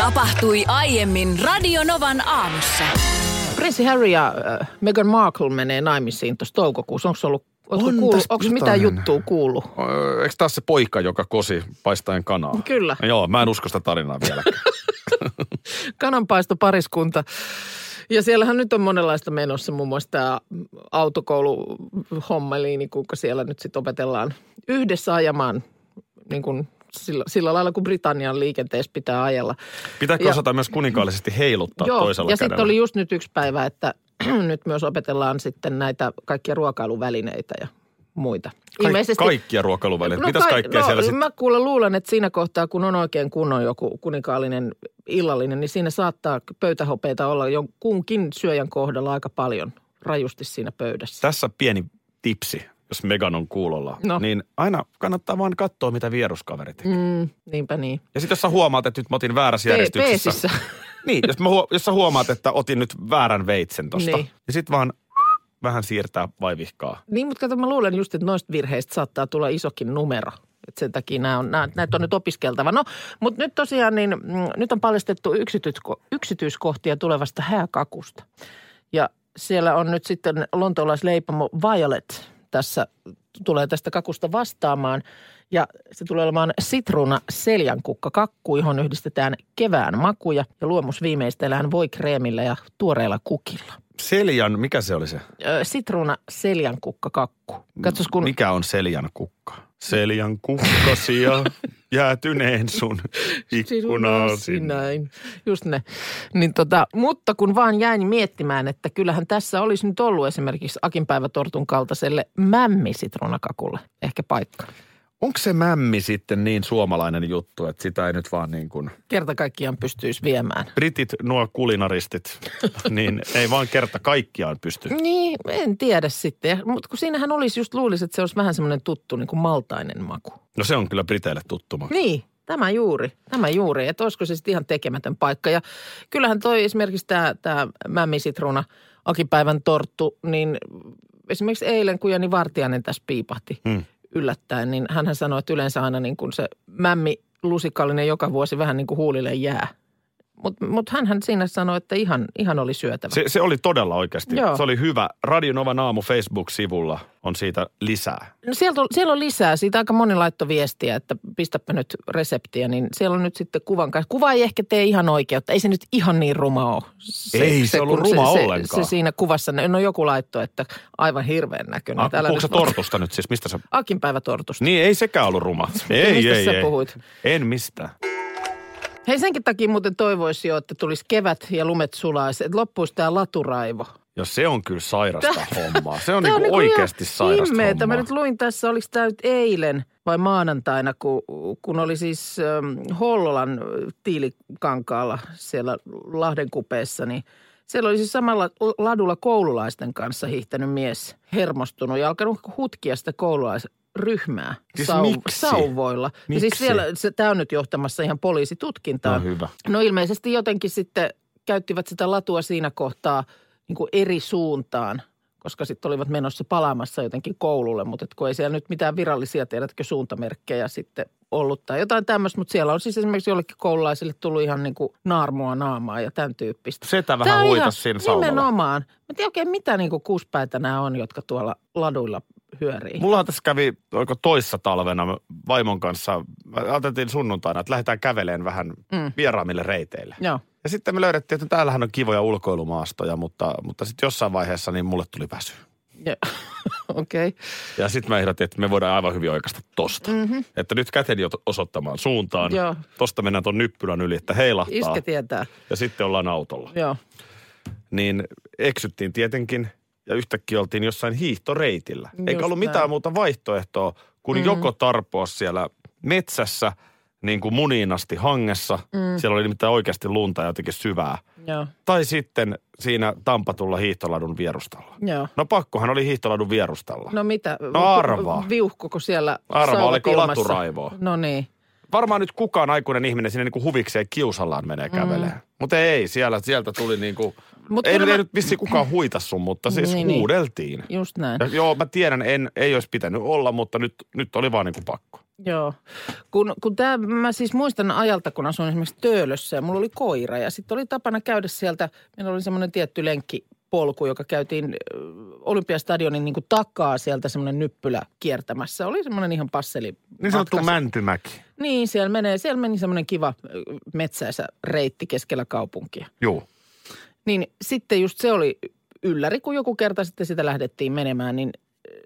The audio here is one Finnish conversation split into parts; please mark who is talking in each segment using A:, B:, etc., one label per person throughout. A: Tapahtui aiemmin Radionovan aamussa.
B: Prinssi Harry ja äh, Meghan Markle menee naimisiin tuossa toukokuussa. Onko ollut Oletko
C: On
B: kuullut,
C: tässä
B: onko
C: jotain.
B: mitä juttua kuullut?
C: Öö, Eikö taas se poika, joka kosi paistaen kanaa? No
B: Kyllä.
C: Joo, mä en usko sitä tarinaa vieläkään.
B: Kananpaistopariskunta. Ja siellähän nyt on monenlaista menossa, muun muassa tämä autokouluhommeli, niin kuinka siellä nyt sitten opetellaan yhdessä ajamaan niin kuin sillä, sillä lailla, kun Britannian liikenteessä pitää ajella.
C: Pitääkö
B: Ja-
C: osata myös kuninkaallisesti heiluttaa toisella
B: ja
C: kädellä?
B: sitten oli just nyt yksi päivä, että nyt myös opetellaan sitten näitä kaikkia ruokailuvälineitä ja muita.
C: Kaik- Kaikkia ruokailuvälineitä. No, Mitäs
B: kai-
C: kaikkea no, siellä sitten?
B: Mä kuule luulen, että siinä kohtaa, kun on oikein kunnon joku kuninkaallinen illallinen, niin siinä saattaa pöytähopeita olla jonkunkin syöjän kohdalla aika paljon rajusti siinä pöydässä.
C: Tässä pieni tipsi, jos Megan on kuulolla.
B: No.
C: No. Niin aina kannattaa vaan katsoa, mitä vieruskaveri tekee. Mm.
B: Mm, niinpä niin.
C: Ja sitten jos sä huomaat, että nyt mä otin väärässä
B: Pe-
C: järjestyksessä.
B: Peesissä.
C: Niin, jos, mä huo- jos sä huomaat, että otin nyt väärän veitsen tosta.
B: Niin.
C: Niin. Ja sit vaan vähän siirtää vaivihkaa.
B: Niin, mutta kato, mä luulen just, että noista virheistä saattaa tulla isokin numero. Et sen takia nämä on, nää, näitä on nyt opiskeltava. No, mutta nyt tosiaan niin, mm, nyt on paljastettu yksityisko, yksityiskohtia tulevasta hääkakusta. Ja siellä on nyt sitten lontoolaisleipomo Violet tässä, tulee tästä kakusta vastaamaan. Ja se tulee olemaan sitruuna seljankukka kakku, johon yhdistetään kevään makuja. Ja luomus viimeistellään voi kreemillä ja tuoreilla kukilla.
C: Seljan, mikä se oli se?
B: Ö, sitruuna seljankukka kakku. Katsos, kun
C: Mikä on seljan kukka? Seljan kukkasia jäätyneen sun ikkunaasi.
B: näin. Just ne. Niin tota, mutta kun vaan jäin miettimään, että kyllähän tässä olisi nyt ollut esimerkiksi akinpäivätortun kaltaiselle mämmisitruunakakulle ehkä paikka.
C: Onko se mämmi sitten niin suomalainen juttu, että sitä ei nyt vaan niin kuin...
B: Kerta kaikkiaan pystyisi viemään.
C: Britit, nuo kulinaristit, niin ei vaan kerta kaikkiaan pysty.
B: Niin, en tiedä sitten. Mutta kun siinähän olisi just luulisi, että se olisi vähän semmoinen tuttu niin kuin maltainen maku.
C: No se on kyllä Briteille tuttuma.
B: Niin, tämä juuri, tämä juuri. Että olisiko se sitten ihan tekemätön paikka. Ja kyllähän toi esimerkiksi tämä, tämä mämmisitruuna akipäivän torttu, niin esimerkiksi eilen kun Jani Vartiainen tässä piipahti
C: Hmm.
B: yllättäen, niin hän sanoi, että yleensä aina niin kuin se mämmi lusikallinen joka vuosi vähän niin kuin huulille jää. Mutta mut hänhän siinä sanoi, että ihan, ihan oli syötävä.
C: Se, se oli todella oikeasti.
B: Joo.
C: Joo. Se oli hyvä. Radionovan aamu Facebook-sivulla on siitä lisää.
B: No sieltä, on- siellä on lisää. Siitä aika moni laittoi viestiä, että pistäpä nyt reseptiä. Niin siellä on nyt sitten kuvan kanssa. Kuva ei ehkä tee ihan oikeutta. Ei se nyt ihan niin ruma ole.
C: Ei se ollut
B: kun
C: ruma
B: se,
C: ollenkaan.
B: Se siinä kuvassa, nä- no joku laittoi, että aivan hirveän näköinen.
C: Ah, Puhuuko sä tortusta nyt siis? Mistä sä...
B: Akinpäivätortusta.
C: Niin ei sekään ollut ruma. ei,
B: mistä
C: ei,
B: sä
C: ei.
B: puhuit?
C: En mistään.
B: Hei senkin takia muuten toivoisi jo, että tulisi kevät ja lumet sulaisi. Että loppuisi tämä laturaivo.
C: Ja se on kyllä sairasta hommaa. Se on,
B: Tää
C: niinku
B: ihan
C: oikeasti sairasta
B: himmeetä. Mä
C: hommaa.
B: nyt luin tässä, oliko tämä nyt eilen vai maanantaina, kun, kun oli siis ähm, Hollolan äh, tiilikankaalla siellä Lahden kupeessa, niin siellä oli siis samalla l- ladulla koululaisten kanssa hiihtänyt mies hermostunut ja alkanut hutkia sitä koululaisryhmää
C: Siis miksi?
B: sauvoilla. Ja siis
C: Miksi?
B: siellä, tämä on nyt johtamassa ihan poliisitutkintaan.
C: No hyvä.
B: No ilmeisesti jotenkin sitten käyttivät sitä latua siinä kohtaa niin kuin eri suuntaan, koska sitten olivat menossa palaamassa jotenkin koululle, mutta et kun ei siellä nyt mitään virallisia, tiedätkö, suuntamerkkejä sitten ollut tai jotain tämmöistä, mutta siellä on siis esimerkiksi jollekin koululaisille tullut ihan niin kuin naarmua naamaa ja tämän tyyppistä.
C: Setä
B: Tää
C: vähän
B: on
C: huita
B: ihan-
C: siinä saunalla.
B: Nimenomaan. Mä en tiedä oikein, mitä niin kuin kuuspäitä nämä on, jotka tuolla laduilla hyörii.
C: Mulla tässä kävi, oliko toissa talvena mä vaimon kanssa, mä ajateltiin sunnuntaina, että lähdetään käveleen vähän
B: Mm.
C: mm. vieraamille reiteille.
B: Joo.
C: Ja sitten me löydettiin, että täällähän on kivoja ulkoilumaastoja, mutta, mutta sitten jossain vaiheessa niin mulle tuli väsy.
B: Joo. Okei. Okay.
C: Ja sitten mä ehdotin, että me voidaan aivan hyvin oikeasta tosta. Mm-hmm. Että nyt käteni jo osoittamaan suuntaan.
B: Mm. Joo.
C: Tosta mennään tuon nyppylän yli, että heilahtaa.
B: Iskä tietää.
C: Ja sitten ollaan autolla.
B: Joo.
C: niin eksyttiin tietenkin ja yhtäkkiä oltiin jossain hiihtoreitillä.
B: Just
C: Eikä ollut
B: näin. Mm.
C: mitään muuta vaihtoehtoa kuin joko tarpoa siellä metsässä niin kuin muniin asti hangessa. Mm. Siellä oli nimittäin oikeasti lunta ja jotenkin syvää.
B: Joo,
C: Tai sitten siinä Tampatulla hiihtoladun vierustalla.
B: joo.
C: No pakkohan oli hiihtoladun vierustalla.
B: No mitä?
C: No arvaa.
B: Viuhkuko siellä
C: Arvaa,
B: sauvat
C: oliko
B: ilmassa?
C: laturaivoa?
B: No niin.
C: Varmaan nyt kukaan aikuinen ihminen sinne niinku huvikseen kiusallaan menee kävelemään. Mutta ei, siellä, sieltä tuli niinku,
B: Mm. Mut
C: ei,
B: kyllä
C: ei
B: mä-
C: nyt vissiin kukaan huita sun, mutta siis
B: Niin,
C: niin,
B: niin.
C: huudeltiin.
B: Just näin.
C: Ja, joo, mä tiedän, en, ei olisi pitänyt olla, mutta nyt, nyt oli vaan niinku pakko.
B: Joo. Kun, kun tää, mä siis muistan ajalta, kun asuin esimerkiksi Töölössä ja mulla oli koira ja sitten oli tapana käydä sieltä, meillä oli semmoinen tietty lenkkipolku, joka käytiin ö, Olympiastadionin niin kuin takaa sieltä semmoinen nyppylä kiertämässä. Oli semmoinen ihan passeli. matka.
C: Niin mäntymäki.
B: Niin, siellä, menee, siellä meni semmoinen kiva ö, metsäisä reitti keskellä kaupunkia.
C: Joo.
B: Niin sitten just se oli ylläri, kun joku kerta sitten sitä lähdettiin menemään, niin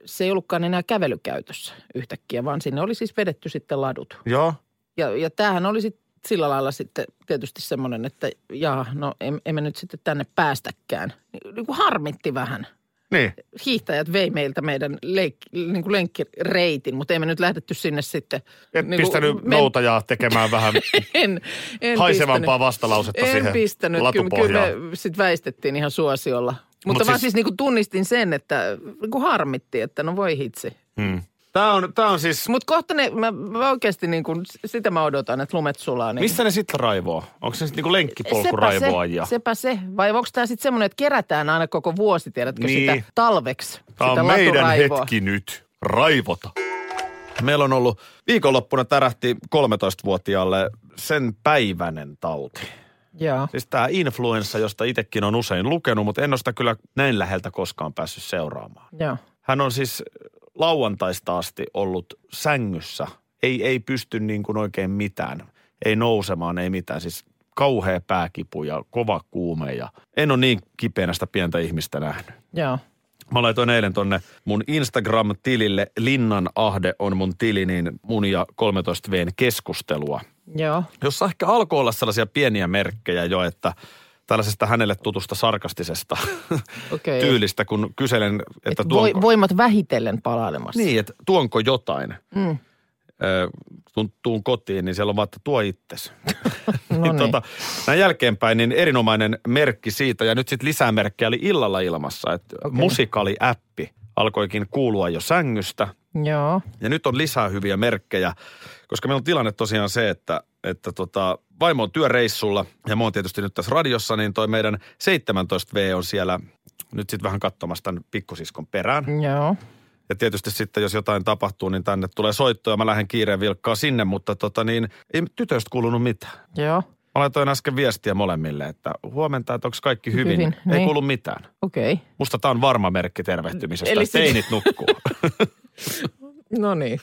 B: se ei ollutkaan enää kävelykäytössä yhtäkkiä, vaan sinne oli siis vedetty sitten ladut.
C: Joo.
B: Ja, ja tämähän oli sit sillä lailla sitten tietysti semmoinen, että jaa, no em- emme nyt sitten tänne päästäkään. Ni- Niin kuin harmitti vähän.
C: Niin.
B: Hiihtäjät vei meiltä meidän leik, niin kuin lenkkireitin, mutta emme nyt lähdetty sinne sitten.
C: Et
B: niin
C: niin
B: kuin
C: pistänyt
B: men-
C: noutajaa tekemään vähän
B: En, en
C: haisevampaa
B: pistänyt.
C: vastalausetta
B: En
C: siihen
B: pistänyt, kyllä,
C: latupohjaan.
B: kyllä me sitten väistettiin ihan suosiolla. Mutta
C: Mut
B: Mut vaan siis,
C: siis-
B: niin kuin tunnistin sen, että niin kuin harmitti, että no voi hitsi.
C: Hmm. Tämä on, tää on siis,
B: Mutta kohta ne, mä, mä oikeasti niin kuin, sitä mä odotan, että lumet sulaa. Niin
C: missä ne sitten raivoo? Onko se sitten niinku
B: Sepä
C: lenkkipolkuraivoajia?
B: se, sepä se. Vai onko tämä sitten semmoinen, että kerätään aina koko vuosi, tiedätkö,
C: Niin.
B: sitä talveksi,
C: Tää
B: sitä
C: on meidän
B: laturaivoa.
C: hetki nyt. Raivota. Meillä on ollut viikonloppuna tärähti 13-vuotiaalle sen päiväinen tauti.
B: Joo.
C: Siis tämä influenssa, josta itsekin on usein lukenut, mutta en ole sitä kyllä näin läheltä koskaan päässyt seuraamaan.
B: Joo.
C: Hän on siis lauantaista asti ollut sängyssä. Ei, ei pysty niin kuin oikein mitään. Ei nousemaan, ei mitään. Siis kauhea pääkipu ja kova kuume ja en ole niin kipeänä sitä pientä ihmistä nähnyt.
B: Joo.
C: Mä laitoin eilen tonne mun Instagram-tilille, Linnan Ahde on mun tili, niin mun ja 13Vn keskustelua –
B: Joo.
C: jossa ehkä alkoi olla sellaisia pieniä merkkejä jo, että tällaisesta hänelle tutusta sarkastisesta
B: Okei.
C: okay. tyylistä, kun kyselen, että
B: Et voi,
C: tuonko,
B: voimat vähitellen palailemassa.
C: Niin, että tuonko jotain.
B: Mm.
C: Ö, Kun tuun kotiin, niin siellä on vaan, että tuo itses.
B: No niin.
C: tota, näin jälkeenpäin, niin erinomainen merkki siitä. Ja nyt sitten lisää merkkejä oli illalla ilmassa. Että okay. Musikali-appi alkoikin kuulua jo sängystä.
B: Joo.
C: Ja nyt on lisää hyviä merkkejä, koska meillä on tilanne tosiaan se, että, että tota, vaimo on työreissulla ja mä oon tietysti nyt tässä radiossa, niin toi meidän 17V on siellä nyt sitten vähän katsomassa tämän pikkusiskon perään.
B: Joo.
C: Ja tietysti sitten, jos jotain tapahtuu, niin tänne tulee soitto ja mä lähden kiireen vilkkaa sinne, mutta tota niin, ei tytöstä kuulunut mitään.
B: Joo.
C: Mä laitoin äsken viestiä molemmille, että huomenta, että onko kaikki hyvin.
B: Hyvin,
C: ei
B: niin.
C: kuulu mitään.
B: Okei. Okay.
C: Musta tämä on varma merkki tervehtymisestä,
B: Eli
C: Eli
B: sit-
C: teinit nukkuu.
B: No niin.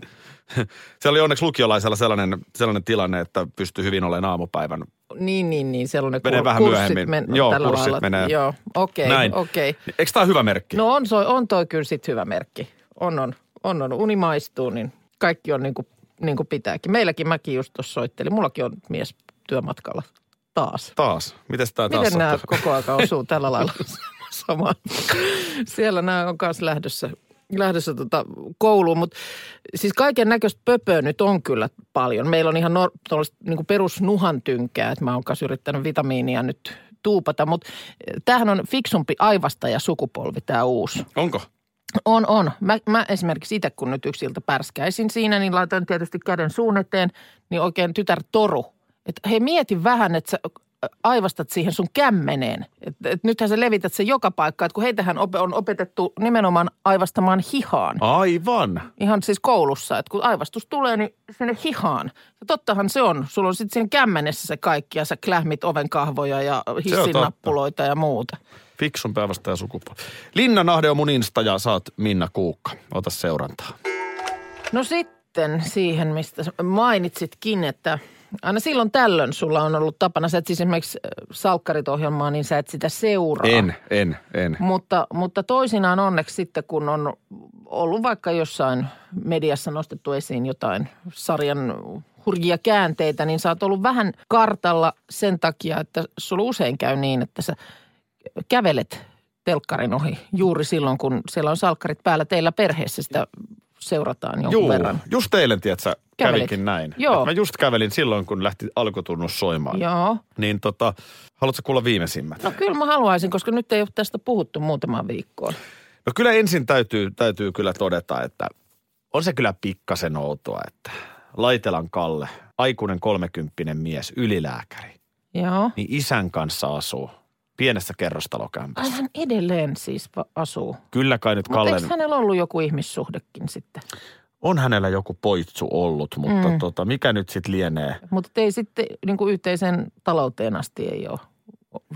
C: Siellä oli onneksi lukiolaisella sellainen, sellainen tilanne, että pystyy hyvin olemaan aamupäivän.
B: Niin, niin, niin. Sellainen
C: Menee
B: kur-
C: vähän
B: kurssit
C: myöhemmin.
B: Men-
C: Joo,
B: tällä
C: kurssit
B: lailla.
C: menee.
B: Joo, okei, okay,
C: Näin.
B: okei. Okay.
C: Eikö tämä hyvä merkki?
B: No on, soi, on toi kyllä sit hyvä merkki. On, on, on, on. Uni maistuu, niin kaikki on niin kuin, niin kuin pitääkin. Meilläkin mäkin just tuossa soittelin. Mullakin on mies työmatkalla taas.
C: Taas. Mites tämä taas
B: Miten nämä
C: sattuu?
B: koko ajan osuu tällä lailla samaan? Siellä nämä on myös lähdössä, lähdössä tota kouluun, mutta siis kaiken näköistä pöpöä nyt on kyllä paljon. Meillä on ihan nor- niin perusnuhantynkää, että mä oon kanssa yrittänyt vitamiinia nyt tuupata, mutta tämähän on fiksumpi aivastaja sukupolvi tämä uusi.
C: Onko?
B: On, on. Mä, mä esimerkiksi itse, kun nyt yksi ilta pärskäisin siinä, niin laitoin tietysti käden suun eteen, niin oikein tytär toru. Että hei, mieti vähän, että sä ö, aivastat siihen sun kämmeneen. Että et nythän sä levität sen joka paikkaan, että kun heitähän op- on opetettu nimenomaan aivastamaan hihaan.
C: Aivan.
B: Ihan siis koulussa, että kun aivastus tulee, niin sinne hihaan. Ja tottahan se on. Sulla on sitten siinä kämmenessä se kaikki ja sä klähmit ovenkahvoja ja hissinappuloita ja muuta.
C: Fiksun päivästä ja sukupuoli. Linna Nahde on mun insta ja saat Minna Kuukka. Ota seurantaa.
B: No sitten siihen, mistä sä mainitsitkin, että aina silloin tällöin sulla on ollut tapana, sä et siis esimerkiksi äh, salkkarit-ohjelmaa, niin sä et sitä seuraa.
C: En, en, en.
B: Mutta, mutta toisinaan onneksi sitten, kun on ollut vaikka jossain mediassa nostettu esiin jotain sarjan hurjia käänteitä, niin sä oot ollut vähän kartalla sen takia, että sulla usein käy niin, että sä kävelet telkkarin ohi juuri silloin, kun siellä on salkkarit päällä teillä perheessä sitä seurataan jonkun
C: Juu,
B: verran.
C: just eilen, tiedätkö,
B: Kävelit.
C: kävinkin näin.
B: Joo.
C: Et Mä just kävelin silloin, kun lähti alkutunnus soimaan.
B: Joo.
C: Niin tota, haluatko kuulla viimeisimmät?
B: No kyllä mä haluaisin, koska nyt ei ole tästä puhuttu muutamaan viikkoon.
C: No kyllä ensin täytyy, täytyy kyllä todeta, että on se kyllä pikkasen outoa, että Laitelan Kalle, aikuinen kolmekymppinen mies, ylilääkäri,
B: Joo.
C: niin isän kanssa asuu pienessä
B: Ai
C: kerrostalokämpässä.
B: hän edelleen siis va- asuu.
C: Kyllä kai nyt
B: Mutta
C: Kallen,
B: eikö hänellä ollut joku ihmissuhdekin sitten?
C: on hänellä joku poitsu ollut, mutta
B: Mm.
C: tota, mikä nyt sitten lienee?
B: Mutta ei sitten niin kuin yhteiseen talouteen asti ei ole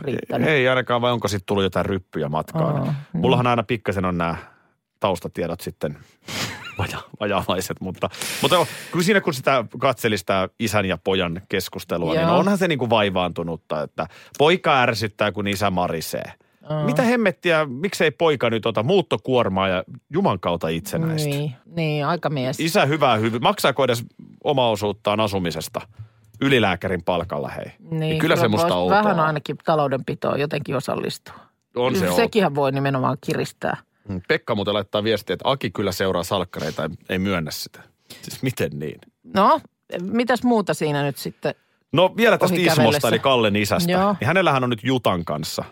B: riittänyt.
C: Ei ainakaan, vai onko sitten tullut jotain ryppyjä matkaan?
B: Aa, niin.
C: Mullahan aina pikkasen on nämä taustatiedot sitten vaja- vajaavaiset, mutta, mutta on- kyllä siinä kun sitä katseli sitä isän ja pojan keskustelua, niin
B: Joo.
C: onhan se niinku vaivaantunutta, että poika ärsyttää, kun isä marisee.
B: Aa.
C: Mitä hemmettiä, miksei poika nyt ota muuttokuormaa ja juman kautta itsenäistä?
B: Niin, niin aikamies.
C: Isä hyvää hyvä, maksaako edes oma osuuttaan asumisesta ylilääkärin palkalla hei?
B: niin,
C: kyllä se musta
B: vois
C: outoa
B: Vähän
C: on.
B: ainakin taloudenpitoon jotenkin osallistua.
C: On se outoa.
B: Sekinhän voi nimenomaan kiristää.
C: Mm, Pekka muuten laittaa viestiä, että Aki kyllä seuraa salkkareita, ei, ei myönnä sitä. Siis miten niin?
B: No, mitäs muuta siinä nyt sitten?
C: No vielä tästä
B: Ohi
C: Ismosta,
B: kävellessä.
C: eli Kallen isästä.
B: Joo.
C: Niin hänellähän on nyt Jutan kanssa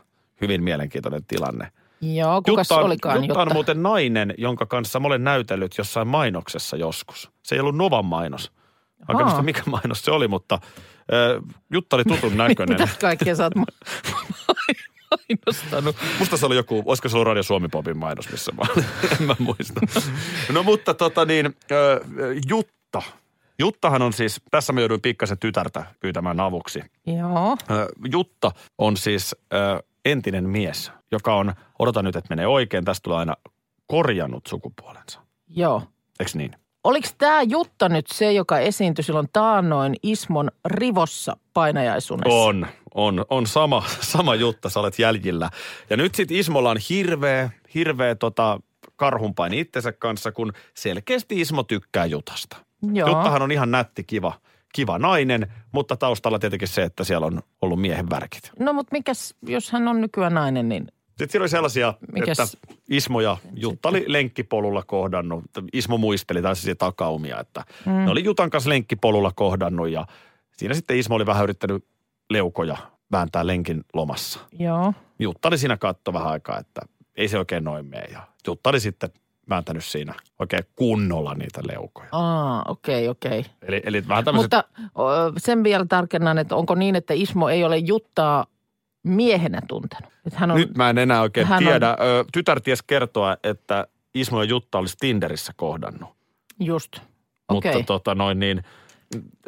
C: hyvin mielenkiintoinen tilanne.
B: Joo, kukas
C: Jutta on,
B: olikaan
C: Jutta on muuten nainen, jonka kanssa mä olen näytellyt jossain mainoksessa joskus. Se ei ollut Novan mainos. Vaikka
B: Ahaa.
C: muista mikä mainos se oli, mutta äh, Jutta oli tutun näköinen.
B: Mitä kaikkea sä oot ma- mainostanut?
C: Musta se oli joku, olisiko se ollut Radio Suomi Popin mainos, missä mä olin. en mä muista. No mutta tota niin, ö, ö, Jutta. Juttahan on siis, tässä mä jouduin pikkasen tytärtä pyytämään avuksi.
B: Joo,
C: Ö, Jutta on siis ö, entinen mies, joka on, odotan nyt, että menee oikein, tästä tulee aina korjannut sukupuolensa.
B: joo.
C: Eikö niin?
B: Oliko tämä Jutta nyt se, joka esiintyi silloin taannoin Ismon rivossa painajaisunessa?
C: On, on, on sama, sama Jutta, sä olet jäljillä. Ja nyt sitten Ismolla on hirveä, hirveä tota karhunpaini itsensä kanssa, kun selkeästi Ismo tykkää Jutasta.
B: Joo.
C: Juttahan on ihan nätti, kiva, kiva nainen, mutta taustalla tietenkin se, että siellä on ollut miehen värkit.
B: No mutta mikäs, jos hän on nykyään nainen, niin
C: Sitten siellä oli sellaisia,
B: Mikäs-
C: että Ismo ja Jutta oli lenkkipolulla kohdannut. Ismo muisteli tai siis takaumia, että mm. ne oli Jutan kanssa lenkkipolulla kohdannut ja siinä sitten Ismo oli vähän yrittänyt leukoja vääntää lenkin lomassa.
B: joo.
C: Jutta oli siinä katto vähän aikaa, että ei se oikein noin mene. Ja Jutta oli sitten vääntänyt siinä oikein kunnolla niitä leukoja.
B: Aa, okei, okei.
C: Eli, eli vähän tämmöiset,
B: Mutta ö, sen vielä tarkennan, että onko niin, että Ismo ei ole Juttaa miehenä tuntenut? Että hän on,
C: nyt mä en enää oikein
B: Hän on-
C: tiedä. Ö, tytär ties kertoa, että Ismo ja Jutta olisi Tinderissä kohdannut.
B: Just, okei.
C: Mutta tota noin niin,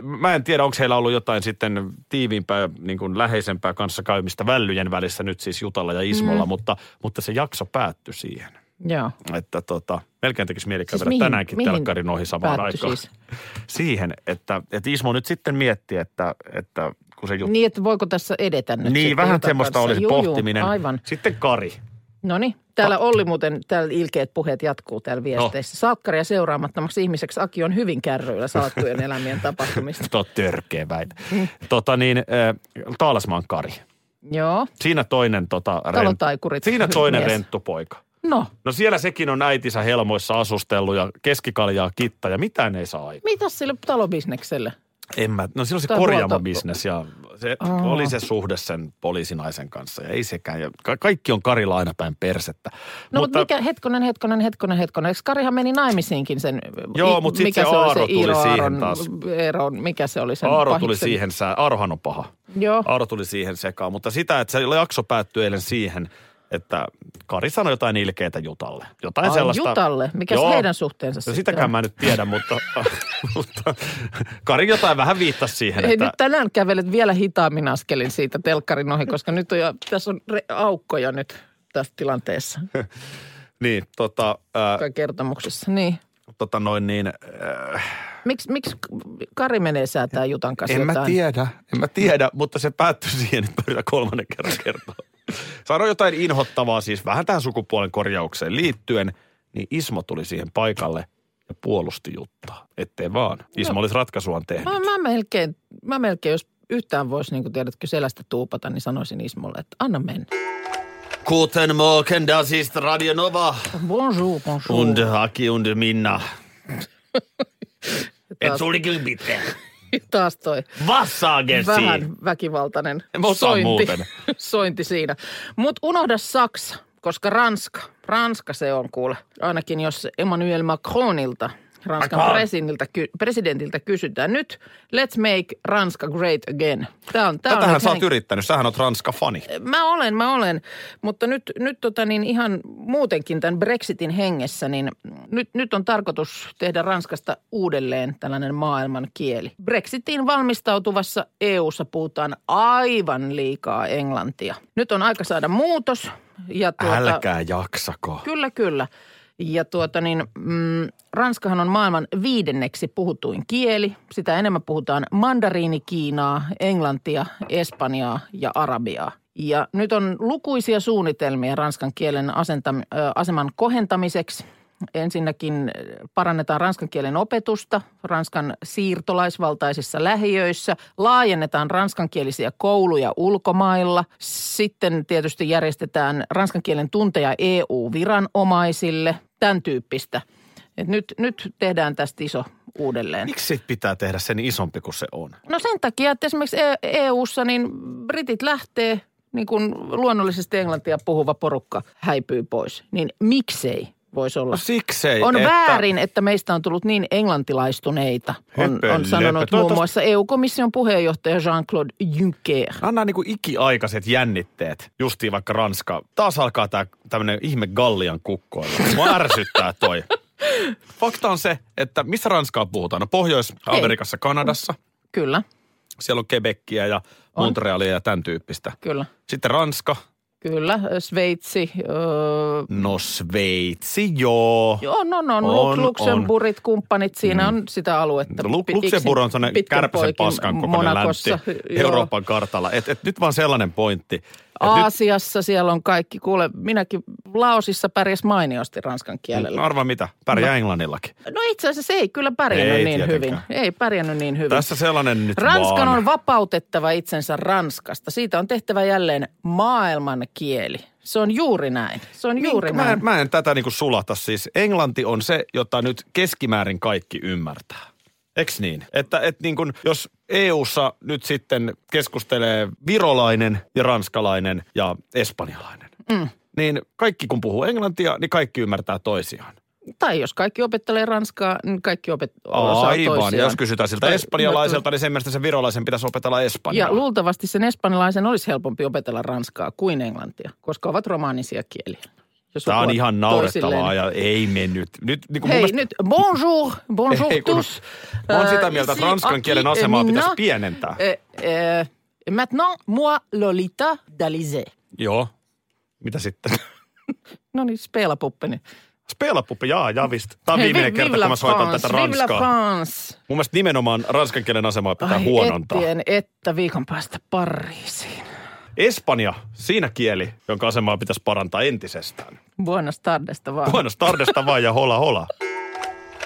C: mä en tiedä, onko heillä ollut jotain sitten tiiviimpää, niin kuin läheisempää kanssakäymistä vällyjen välissä nyt siis Jutalla ja
B: Mm.
C: Ismolla, mutta, mutta se jakso päättyi siihen.
B: Joo.
C: Että tota, melkein tekisi mieli
B: Siis
C: käydä
B: mihin-
C: tänäänkin
B: mihin
C: telkkarin ohi samaan
B: päättyi
C: aikaan.
B: siis?
C: siihen, että, että Ismo nyt sitten miettii, että, että kun se juttu...
B: Niin, että voiko tässä edetä nyt?
C: Niin, niin
B: sitten
C: vähän
B: Jutan
C: semmoista
B: kanssa?
C: olisi
B: Juu, juu,
C: pohtiminen.
B: aivan.
C: Sitten Kari.
B: No niin, täällä Olli muuten, täällä ilkeät puheet jatkuu täällä viesteissä. No. Salkkaria seuraamattomaksi ihmiseksi Aki on hyvin kärryillä salattujen elämien tapahtumista.
C: Tuo törkeä väitä. tota niin, äh, Taalasmaan Kari.
B: Joo,
C: Siinä toinen tota... rent-
B: Talotaikurit.
C: Siinä toinen
B: Mies.
C: renttupoika.
B: no.
C: No siellä sekin on äitinsä helmoissa asustellut ja keskikaljaa kitta ja mitään ei saa aikaan.
B: Mitäs sille talobisnekselle?
C: En mä, no siellä on se
B: Toi
C: korjaamobisnes ja se
B: Aa.
C: oli se suhde sen poliisinaisen kanssa ja ei sekään. Ja ka- kaikki on Karilla aina päin persettä.
B: No mutta, mikä, hetkonen, hetkonen, hetkonen, hetkonen. Eikö Karihan meni naimisiinkin sen,
C: Joo, mut sit
B: mikä
C: se
B: oli
C: Aaro tuli
B: Iiro
C: siihen
B: Aaron,
C: taas.
B: Eeron, mikä se oli sen No.
C: Aaro
B: pahiksen?
C: tuli siihen, sä, Aarohan on paha.
B: Joo,
C: Aaro tuli siihen sekaan, mutta sitä, että se jakso päättyi eilen siihen, että Kari sanoi jotain ilkeitä Jutalle. Jotain
B: Ai,
C: sellaista.
B: Jutalle. Mikäs heidän suhteensa
C: no,
B: sitten
C: Sitäkään
B: on?
C: mä en nyt tiedä, mutta, mutta Kari jotain vähän viittasi siihen,
B: Hei,
C: että
B: nyt tänään kävelet vielä hitaammin askelin siitä telkkarin ohi, koska nyt on jo, tässä on re- aukkoja nyt tässä tilanteessa,
C: niin, tota, äh,
B: kai kertomuksessa. Niin.
C: tota noin niin, äh,
B: Miksi miksi Kari menee säätää Jutan kanssa
C: en
B: jotain?
C: mä tiedä, en mä tiedä, mutta se päättyi siihen, että mä yritän kolmannen kerran kertoa. Sano jotain inhottavaa siis vähän tähän sukupuolen korjaukseen liittyen, niin Ismo tuli siihen paikalle ja puolusti Juttaa. Ettei vaan. Ismo olisi ratkaisuaan tehnyt.
B: Mä, mä, melkein, mä melkein, jos yhtään voisi, niin kuin tiedätkö, selästä tuupata, niin sanoisin Ismolle, että anna mennä.
C: Guten Morgen, das ist Radio Nova.
B: Bonjour, bonjour.
C: Aki und Minna. Et sulikin pitää.
B: Taas toi
C: Vassaagensiin.
B: vähän väkivaltainen
C: En mä osaa
B: sointi,
C: muuten.
B: sointi siinä. Mutta unohda Saksa, koska Ranska, Ranska se on kuule. Ainakin jos Emmanuel Macronilta, Ranskan
C: Macron.
B: presidentiltä, ky- presidentiltä kysytään nyt, let's make Ranska great again. Tää on, tää on
D: Tätähän
B: nyt
D: sä oot
B: hänen-
D: yrittänyt. Sähän oot Ranska-fani.
C: Tuota-
B: Mä olen, mä olen. Mutta nyt, nyt tota niin ihan muutenkin tämän Brexitin hengessä, niin nyt, nyt on tarkoitus tehdä Ranskasta uudelleen tällainen maailman kieli. Brexitiin valmistautuvassa EU:ssa puhutaan aivan liikaa englantia. Nyt on aika saada muutos. Ja tuota,
C: Älkää jaksako.
B: Kyllä, kyllä. Ja tuota niin, mm, Ranskahan on maailman viidenneksi puhutuin kieli. Sitä enemmän puhutaan mandariinikiinaa, englantia, espanjaa ja arabiaa. Ja nyt on lukuisia suunnitelmia ranskan kielen asentam- ö, aseman kohentamiseksi. Ensinnäkin ö, parannetaan ranskan kielen opetusta Ranskan siirtolaisvaltaisissa lähiöissä, laajennetaan ranskankielisiä kouluja ulkomailla. Sitten tietysti järjestetään ranskan kielen tunteja EU-viranomaisille, tämän tyyppistä. Et nyt, nyt tehdään tästä iso uudelleen.
C: Miksi sit pitää tehdä sen isompi kuin se on?
B: No sen takia, että esimerkiksi E- EU-ssa niin britit lähtee, niin kun luonnollisesti englantia puhuva porukka häipyy pois. Niin miksei voisi olla?
C: No siksei,
B: on
C: että-
B: väärin, että meistä on tullut niin englantilaistuneita, on, on
C: Höpö
B: sanonut
C: löpö.
B: muun
C: Toivottavasti-
B: muassa EU-komission puheenjohtaja Jean-Claude Juncker.
C: Anna niinku ikiaikaiset jännitteet, justiin vaikka Ranska. Taas alkaa tää tämmönen ihme gallian kukkoilla. Mua ärsyttää toi. Fakta on se, että missä Ranskaa puhutaan? No Pohjois-Amerikassa, Kanadassa.
B: Kyllä,
C: Siellä on Quebecia ja Montrealia ja tämän tyyppistä.
B: kyllä,
C: Sitten Ranska.
B: kyllä. Sveitsi, öö,
C: No Sveitsi, joo.
B: joo, on, on, on.
C: On,
B: on
C: on. Mm.
B: Luxemburgit, kumppanit, siinä on sitä aluetta.
C: Lu-
B: Piksen-
C: Luxemburg on sellainen
B: pitkän
C: kärpäsen
B: poikin
C: paskan kokoinen
B: Monacossa,
C: läntti
B: joo.
C: Euroopan kartalla. Et, et, nyt vaan sellainen pointti. että nyt-
B: Aasiassa siellä on kaikki. Kuule, minäkin Laosissa pärjäs mainiosti ranskan kielellä.
C: Arva mitä, pärjää englannillakin.
B: No itse asiassa se ei kyllä pärjännyt
C: Mm. Ei
B: niin
C: tietenkään.
B: hyvin. Ei pärjännyt niin hyvin.
C: Tässä sellainen nyt
B: Ranskan
C: vaan.
B: on vapautettava itsensä Ranskasta. Siitä on tehtävä jälleen maailman kieli. Se on juuri näin. Se on juuri
C: Minkä- mä,
B: näin.
C: en, mä en tätä niinku sulata. Siis englanti on se, jota nyt keskimäärin kaikki ymmärtää. Eks niin? Että et niin kun, jos EU-ssa nyt sitten keskustelee virolainen ja ranskalainen ja espanjalainen, mm. niin kaikki kun puhuu englantia, niin kaikki ymmärtää toisiaan.
B: Tai jos kaikki opettelee ranskaa, niin kaikki opet- osaa
C: Aivan.
B: toisiaan.
C: Ja Jos kysytään siltä
B: Tai-
C: espanjalaiselta, niin sen mielestä sen virolaisen pitäisi opetella espanjaa.
B: Ja luultavasti sen espanjalaisen olisi helpompi opetella ranskaa kuin englantia, koska ovat romaanisia kieliä. Ja
C: Tämä on
B: sukua
C: ihan naurettavaa
B: toisilleen.
C: ja ei mennyt. Nyt, niin kun mun
B: Hei,
C: mielestä-
B: nyt bonjour, bonjour
C: Ei, kun-
B: tous.
C: Mä oon
B: Äh,
C: sitä mieltä, että
B: si-
C: ranskan
B: aki
C: kielen
B: et
C: asemaa
B: minä,
C: pitäisi pienentää.
B: eh, eh, Maintenant, moi Lolita Dalizé.
C: Joo. Mitä sitten?
B: No niin, speelapuppeni.
C: Speelapuppi, jaa, javist. Tämä on
B: Hei,
C: viimeinen
B: vi-
C: kerta,
B: vive
C: kun
B: la
C: mä soitan
B: France,
C: tätä
B: Vive la
C: ranskaa.
B: France.
C: Mun mielestä nimenomaan ranskan kielen asemaa pitää
B: Ai
C: huonontaa.
B: Ettien, että viikon päästä Pariisiin.
C: Espanja, siinä kieli, jonka asemaa pitäisi parantaa entisestään.
B: Buenas tardesta vaan.
C: Buenos tardesta vaan ja hola hola.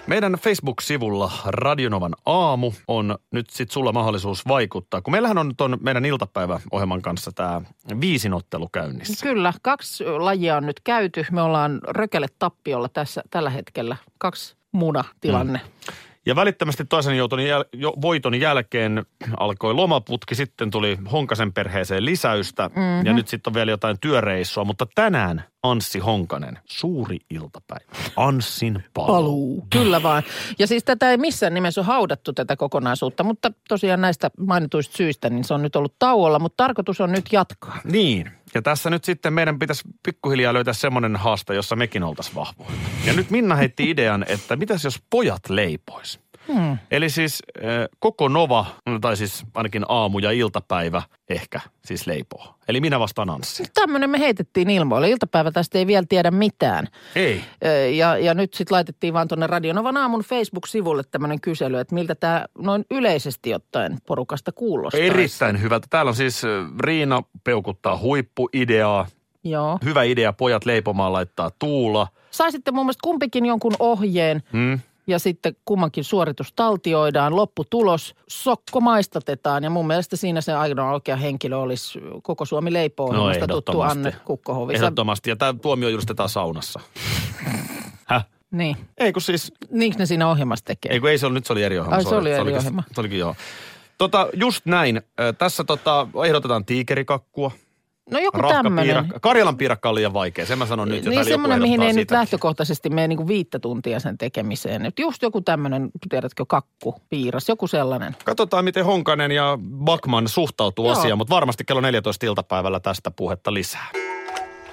C: Meidän Facebook-sivulla Radionovan aamu on nyt sit sulla mahdollisuus vaikuttaa, kun meillähän on ton meidän iltapäiväohjelman kanssa tämä viisinottelu käynnissä.
B: Kyllä, kaksi lajia on nyt käyty. Me ollaan rökele tappiolla tässä tällä hetkellä. Kaksi muna tilanne.
C: Mm. Ja välittömästi toisen jouton jäl- jo, voiton jälkeen alkoi lomaputki, sitten tuli Honkasen perheeseen lisäystä mm-hmm. ja nyt sitten on vielä jotain työreissua. Mutta tänään Anssi Honkanen, suuri iltapäivä. Anssin paluu.
B: paluu. Kyllä vaan. Ja siis tätä ei missään nimessä ole haudattu tätä kokonaisuutta, mutta tosiaan näistä mainituista syistä, niin se on nyt ollut tauolla, mutta tarkoitus on nyt jatkaa.
C: Niin. Ja tässä nyt sitten meidän pitäisi pikkuhiljaa löytää semmoinen haaste, jossa mekin oltaisiin vahvoja. Ja nyt Minna heitti idean, että mitäs jos pojat leipois? Hmm. Eli siis eh, koko Nova, no tai siis ainakin aamu ja iltapäivä ehkä siis leipoo. Eli minä vastaan Anssi.
B: Tämmöinen me heitettiin ilmoille. Iltapäivä tästä ei vielä tiedä mitään.
C: Ei.
B: Ö, Ja, ja nyt sitten laitettiin vaan tuonne Radionovan aamun Facebook-sivulle tämmöinen kysely, että miltä tämä noin yleisesti ottaen porukasta kuulostaa.
C: Erittäin hyvä. Täällä on siis ö, Riina peukuttaa huippuideaa.
B: Joo.
C: Hyvä idea pojat leipomaan laittaa Tuula.
B: Saisitte mun mielestä kumpikin jonkun ohjeen
C: Mm.
B: ja sitten kummankin suoritus taltioidaan, lopputulos, sokko maistatetaan ja mun mielestä siinä se ainoa oikea henkilö olisi koko Suomi leipoo
C: No
B: tuttu
C: ehdottomasti.
B: Anne Kukkohovi. Sä-
C: Ehdottomasti. Ja tämä tuomio julistetaan saunassa. Häh?
B: Niin.
C: Ei kun siis,
B: Niinkö ne siinä ohjelmassa tekee?
C: ei kun ei se ollut, nyt se oli eri ohjelma.
B: Ai, se
C: sorry.
B: oli eri
C: olikin-
B: ohjelma.
C: Se olikin joo. Tota, just näin. Ö, Tässä tota, ehdotetaan tiikerikakkua.
B: no joku tämmöinen.
C: Rahkapiirakka. Karjalan piirakka on liian vaikea. Sen mä sanon nyt. ja
B: Niin
C: täällä joku
B: semmoinen, mihin
C: ehdottaa
B: ei nyt
C: sitäkin.
B: lähtökohtaisesti mene niin kuin viittä tuntia sen tekemiseen. Et just joku tämmöinen, tiedätkö, kakku, piiras, joku sellainen.
C: Katsotaan, miten Honkanen ja Bakman suhtautuu
B: Joo.
C: asiaan, mutta varmasti kello 14 iltapäivällä tästä puhetta lisää.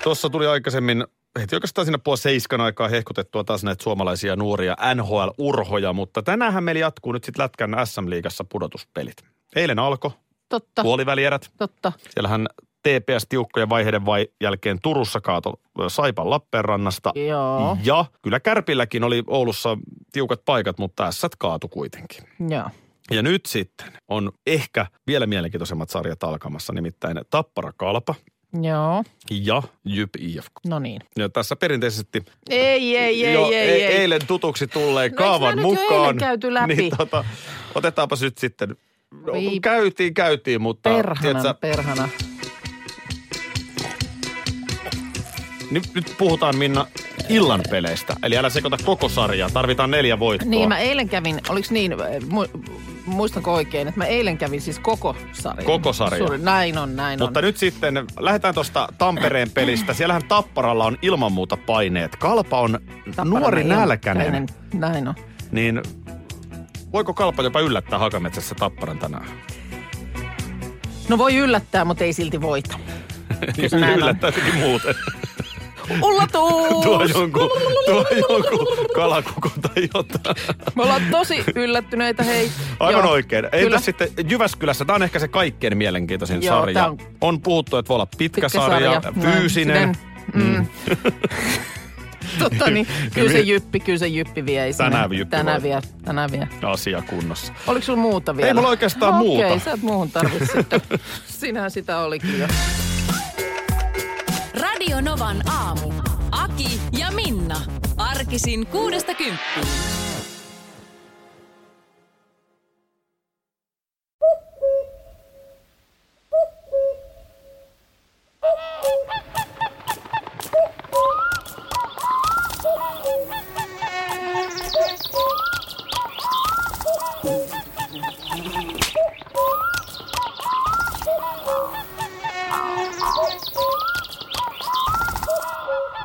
C: Tuossa tuli aikaisemmin, heti oikeastaan siinä puoli seiskan aikaa hehkutettua taas näitä suomalaisia nuoria NHL-urhoja, mutta tänäänhän meillä jatkuu nyt sitten Lätkän SM-liigassa pudotuspelit. Eilen alkoi
B: Totta,
C: puolivälierät.
B: totta.
C: Siellähän TPS tiukkojen vaiheiden vai jälkeen Turussa kaato ö, Saipan Lappeenrannasta.
B: Joo,
C: Ja kyllä Kärpilläkin oli Oulussa tiukat paikat, mutta tässä kaatu kuitenkin.
B: joo.
C: Ja nyt sitten on ehkä vielä mielenkiintoisemmat sarjat alkamassa, nimittäin Tappara Kalpa
B: Joo,
C: ja Jyp IFK.
B: no niin.
C: Ja tässä perinteisesti
B: Ei, ei, ei,
C: jo
B: ei,
C: e-
B: ei. ei.
C: eilen tutuksi tulleen
B: No, eikö
C: kaavan
B: nää nyt jo
C: mukaan.
B: eilen käyty läpi?
C: Niin, tota, otetaanpas nyt sitten. No,
B: Voi
C: käytiin, käytiin, mutta
B: Perhana,
C: tiedätkö,
B: perhana.
C: nyt, nyt puhutaan Minna illan peleistä. Eli älä sekoita koko sarjaa, tarvitaan neljä voittoa.
B: Niin, mä eilen kävin, oliks niin, mu- muistanko oikein, että mä eilen kävin siis koko sarjan.
C: Koko sarjan.
B: Suuri- Näin on, näin
C: Mutta
B: on.
C: nyt sitten lähdetään tuosta Tampereen pelistä. Siellähän Tapparalla on ilman muuta paineet. Kalpa on
B: Tapparan
C: nuori
B: ei-
C: nälkäinen.
B: Näin on.
C: Niin voiko Kalpa jopa yllättää Hakametsässä Tapparan tänään?
B: No voi yllättää, mutta ei silti voita.
C: Niin
B: näin on.
C: yllättää jotenkin muuten.
B: Ulla
C: Tuo
B: Tuus!
C: jonkun, tuo jonkun kalakukon tai jotain.
B: Me ollaan tosi yllättyneitä, hei.
C: Aivan
B: Joo,
C: oikein. Entäs
B: kyllä.
C: sitten Jyväskylässä? Tämä on ehkä se kaikkein mielenkiintoisin
B: Joo,
C: sarja.
B: tää
C: On...
B: on-
C: on puhuttu, että voi olla pitkä,
B: Pitkä
C: sarja,
B: näin,
C: fyysinen.
B: siten, Mm. Totta niin, kyllä se jyppi, kyllä se jyppi vie. ei siinä.
C: Tänään jyppi
B: Tänään
C: voi.
B: vie, tänään vie.
C: Asia kunnossa.
B: Oliko sulla muuta vielä? No
C: mulla oikeastaan muuta.
B: Okei, sä et muuhun tarvitse sitten. Sinähän sitä olikin jo.
A: Radio Novan aamu. Aki ja Minna. Arkisin kuudesta kymppiin.